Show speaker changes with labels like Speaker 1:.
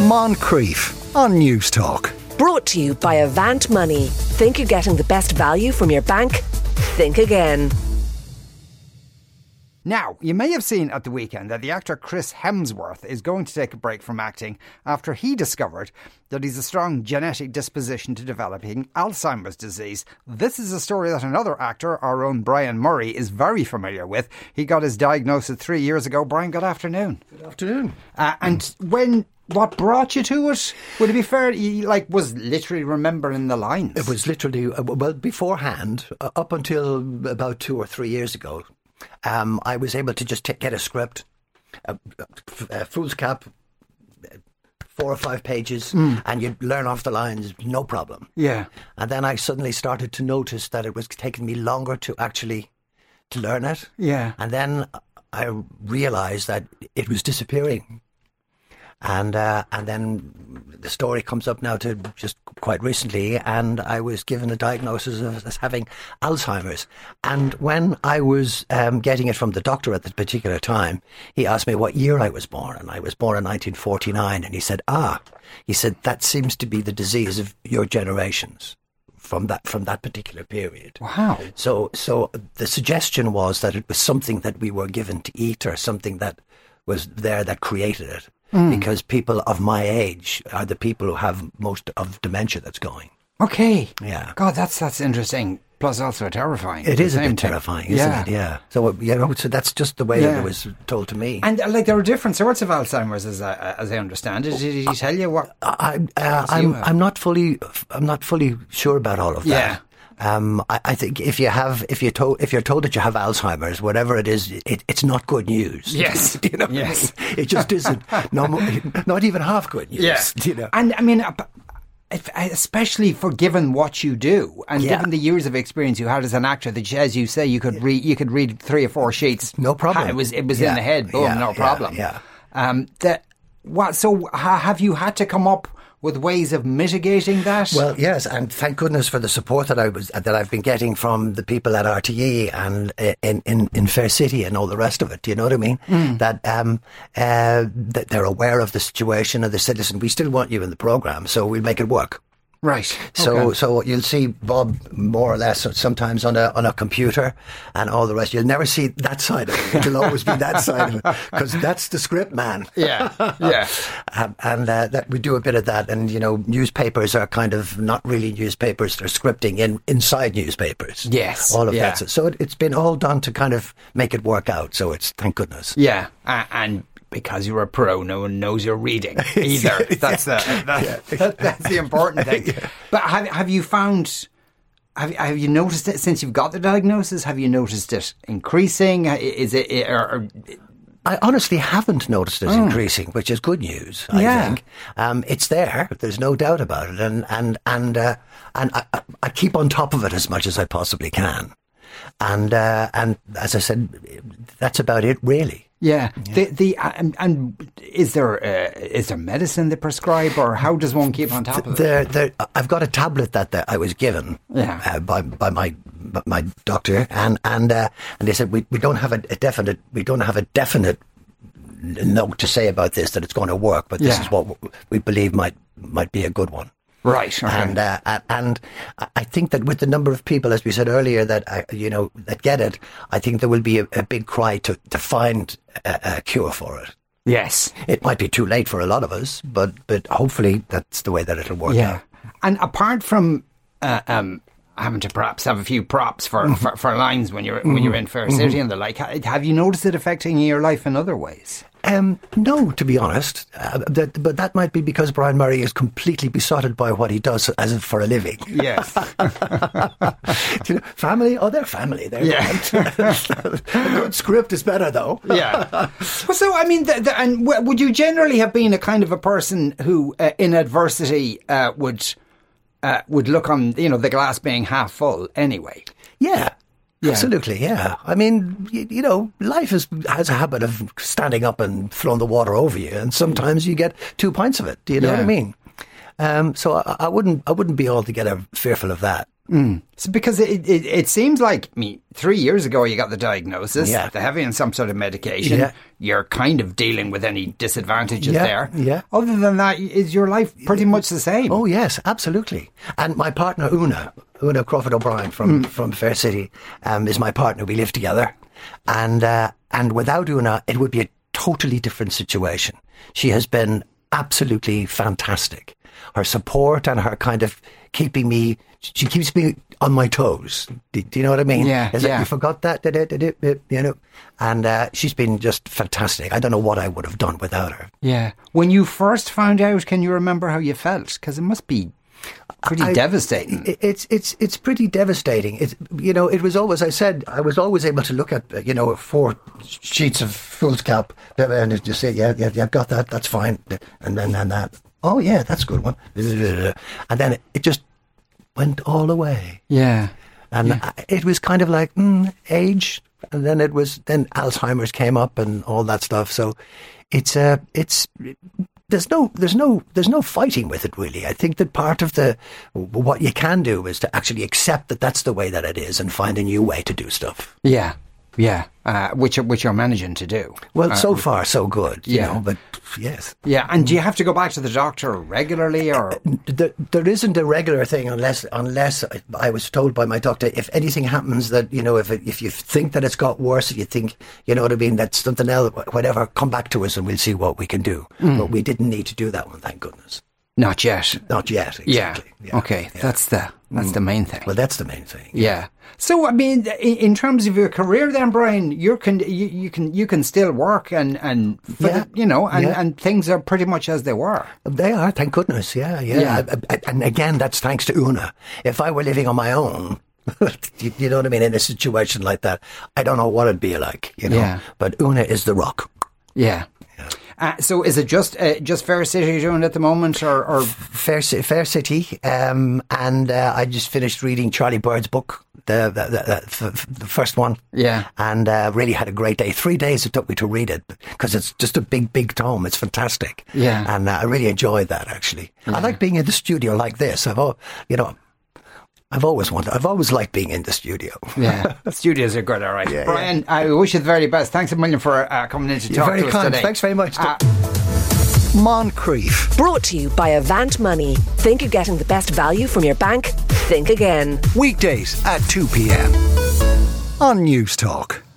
Speaker 1: Moncrief on News Talk.
Speaker 2: Brought to you by Avant Money. Think you're getting the best value from your bank? Think again.
Speaker 3: Now, you may have seen at the weekend that the actor Chris Hemsworth is going to take a break from acting after he discovered that he's a strong genetic disposition to developing Alzheimer's disease. This is a story that another actor, our own Brian Murray, is very familiar with. He got his diagnosis three years ago. Brian, good afternoon.
Speaker 4: Good afternoon.
Speaker 3: Uh, and when what brought you to it? Would it be fair? You like was literally remembering the lines.
Speaker 4: It was literally, uh, well, beforehand, uh, up until about two or three years ago, um, I was able to just t- get a script, a, a foolscap, four or five pages,
Speaker 1: Hmm.
Speaker 4: and you'd learn off the lines, no problem.
Speaker 3: Yeah.
Speaker 4: And then I suddenly started to notice that it was taking me longer to actually to learn it.
Speaker 3: Yeah.
Speaker 4: And then I realized that it was disappearing. And uh, and then the story comes up now to just quite recently, and I was given a diagnosis of as having Alzheimer's. And when I was um, getting it from the doctor at the particular time, he asked me what year I was born, and I was born in 1949. And he said, "Ah," he said, "that seems to be the disease of your generations from that from that particular period."
Speaker 3: Wow.
Speaker 4: So, so the suggestion was that it was something that we were given to eat or something that was there that created it.
Speaker 3: Hmm.
Speaker 4: Because people of my age are the people who have most of dementia that's going.
Speaker 3: Okay.
Speaker 4: Yeah.
Speaker 3: God, that's that's interesting. Plus, also terrifying.
Speaker 4: It
Speaker 3: The
Speaker 4: is a
Speaker 3: same
Speaker 4: bit
Speaker 3: thing.
Speaker 4: terrifying, isn't it? Yeah. So, uh, you know, so that's just the way
Speaker 3: Yeah.
Speaker 4: it was told to me.
Speaker 3: And uh, like there are different sorts of Alzheimer's, as I as I understand it. Did he tell you what?
Speaker 4: I, uh, I'm, I'm not fully, I'm not fully sure about all of that. Um, I, I think if you have, if you told, if you're told that you have Alzheimer's, whatever it is, it, it's not good news.
Speaker 3: Yes.
Speaker 4: Do you know. what I
Speaker 3: Yes.
Speaker 4: mean? It just isn't. No, mo- not even half good news. You know.
Speaker 3: And I mean, uh, p- if- especially for given what you do and
Speaker 4: Yeah.
Speaker 3: given the years of experience you had as an actor, that as you say, you could read you could read three or four sheets.
Speaker 4: No problem.
Speaker 3: It was it was in
Speaker 4: Yeah.
Speaker 3: the head. Boom.
Speaker 4: Yeah,
Speaker 3: no
Speaker 4: yeah,
Speaker 3: problem.
Speaker 4: yeah.
Speaker 3: Um. That. What. So ha, have you had to come up with ways of mitigating that?
Speaker 4: Well, yes, and thank goodness for the support that I was that I've been getting from the people at RTE and i- in in, in Fair City and all the rest of it. Do you know what I mean? That um uh, that they're aware of the situation and they said, "Listen, we still want you in the program, so we'll make it work."
Speaker 3: right.
Speaker 4: So,
Speaker 3: Okay.
Speaker 4: so you'll see Bob more or less sometimes on a on a computer and all the rest. You'll never see that side of it. It'll always be that side of it because that's the script man.
Speaker 3: Yeah. Yeah.
Speaker 4: Um, and uh, that we do a bit of that, and you know, newspapers are kind of not really newspapers; they're scripting in inside newspapers.
Speaker 3: Yes,
Speaker 4: all of
Speaker 3: yeah.
Speaker 4: that. So, so it, it's been all done to kind of make it work out. So it's thank goodness.
Speaker 3: Yeah, a- and because you're a pro, no one knows you're reading either. That's the uh, that, that's the important thing. But have have you found? Have, have you noticed it since you've got the diagnosis? Have you noticed it increasing? Uh, I- Is it or, or
Speaker 4: I honestly haven't noticed it increasing, which is good news. I
Speaker 3: Yeah.
Speaker 4: think um, it's there. There's no doubt about it, and and and uh, and I, I- I keep on top of it as much as I possibly can. And uh, and as I said, that's about it, really.
Speaker 3: yeah, the the uh, and, and is there uh, is there medicine they prescribe or how does one keep on top of it?
Speaker 4: There, there, I've got a tablet that, that I was given
Speaker 3: Yeah.
Speaker 4: uh, by by my by my doctor, and and uh, and they said we, we don't have a, a definite we don't have a definite note to say about this that it's going to work, but this
Speaker 3: Yeah.
Speaker 4: is what w- we believe might might be a good one.
Speaker 3: Right, okay.
Speaker 4: And uh, a- and I- I think that with the number of people, as we said earlier, that uh, you know that get it, I think there will be a, a big cry to to find a, a cure for it.
Speaker 3: yes,
Speaker 4: It might be too late for a lot of us, but but hopefully that's the way that it'll work out.
Speaker 3: Yeah. And apart from uh, um, having to perhaps have a few props for, for, for lines when you're when you're in Fair City and the like, ha- have you noticed it affecting your life in other ways?
Speaker 4: Um, no, to be honest, uh, that, but that might be because Brian Murray is completely besotted by what he does as if for a living.
Speaker 3: Yes.
Speaker 4: You know, family, oh, they're family. They're a good script is better though.
Speaker 3: yeah. Well, so I mean, th th and w- would you generally have been a kind of a person who, uh, in adversity, uh, would uh, would look on you know the glass being half full anyway?
Speaker 4: Yeah. Absolutely, yeah. I mean, you, you know, life is, has a habit of standing up and flowing the water over you, and sometimes you get two pints of it. Do you know what
Speaker 3: Yeah.
Speaker 4: I mean? Um, so I, I wouldn't, I wouldn't be altogether fearful of that.
Speaker 3: So because it, it it seems like I mean, three years ago you got the diagnosis.
Speaker 4: Yeah.
Speaker 3: They're having some sort of medication.
Speaker 4: Yeah.
Speaker 3: You're kind of dealing with any disadvantages
Speaker 4: Yeah,
Speaker 3: there.
Speaker 4: yeah.
Speaker 3: Other than that, is your life pretty much the same?
Speaker 4: Oh yes, absolutely. And my partner Una, Una Crawford O'Brien from
Speaker 3: Mm.
Speaker 4: from Fair City, um, is my partner. We live together, and uh, and without Una, it would be a totally different situation. She has been absolutely fantastic. Her support and her kind of keeping me, she keeps me on my toes. Do, do you know what I mean?
Speaker 3: Yeah,
Speaker 4: It's like,
Speaker 3: yeah.
Speaker 4: you forgot that, da- da- da- da- da," you know. And uh, she's been just fantastic. I don't know what I would have done without her.
Speaker 3: Yeah. When you first found out, can you remember how you felt? Because it must be pretty
Speaker 4: I-
Speaker 3: devastating.
Speaker 4: it- it's it's it's pretty devastating. It's you know it was always I said I was always able to look at uh, you know four sheets of foolscap and just say yeah yeah yeah I've got that that's fine and then and that oh yeah that's a good one and then it just went all away
Speaker 3: yeah.
Speaker 4: and I- it was kind of like mm, age and then it was then Alzheimer's came up and all that stuff so it's uh it's there's no there's no there's no fighting with it really. I think that part of the what you can do is to actually accept that that's the way that it is and find a new way to do stuff.
Speaker 3: Yeah. Yeah. Uh, which you're- which you're managing to do.
Speaker 4: Well, so far so good, you
Speaker 3: Uh, yeah.
Speaker 4: know, but yes.
Speaker 3: Yeah. And do you have to go back to the doctor regularly, or
Speaker 4: There, there isn't a regular thing unless unless I- I was told by my doctor if anything happens that you know if it, if you think that it's got worse if you think you know what I mean that's something else whatever come back to us and we'll see what we can do
Speaker 3: Mm.
Speaker 4: but we didn't need to do that one thank goodness
Speaker 3: not yet?
Speaker 4: not yet
Speaker 3: Yeah.
Speaker 4: exactly
Speaker 3: Okay. That's the that's the main thing.
Speaker 4: well that's the main thing
Speaker 3: Yeah. So I mean, i- in terms of your career, then Brian, you're can you, you can you can still work and and for
Speaker 4: Yeah.
Speaker 3: the- you know and,
Speaker 4: Yeah.
Speaker 3: and things are pretty much as they were.
Speaker 4: They are, thank goodness. Yeah, yeah.
Speaker 3: Yeah.
Speaker 4: I- I- and again, that's thanks to Una. If I were living on my own, you, you know what I mean, in a situation like that, I don't know what it'd be like, you know.
Speaker 3: Yeah.
Speaker 4: But Una is the rock.
Speaker 3: Yeah. Uh, so is it just uh, just Fair City you're doing at the moment, or, or
Speaker 4: Fair, Ci- Fair City, um, and uh, I just finished reading Charlie Bird's book, the the, the, the, f- f- the first one.
Speaker 3: Yeah.
Speaker 4: and uh, really had a great day. Three days it took me to read it because it's just a big, big tome. It's fantastic.
Speaker 3: Yeah.
Speaker 4: and uh, I really enjoyed that actually. I like being in the studio like this. I've all, you know. I've always wanted. I've always liked being in the studio.
Speaker 3: yeah, studios are good, all right. Brian, I wish you the very best. Thanks a million for uh, coming in to
Speaker 4: You're
Speaker 3: talk
Speaker 4: very
Speaker 3: to us
Speaker 4: kind.
Speaker 3: today.
Speaker 4: Thanks very much.
Speaker 3: Uh,
Speaker 4: Moncrief.
Speaker 2: Brought to you by Avant Money. Think you're getting the best value from your bank? Think again.
Speaker 4: Weekdays at 2 p.m. on News Talk.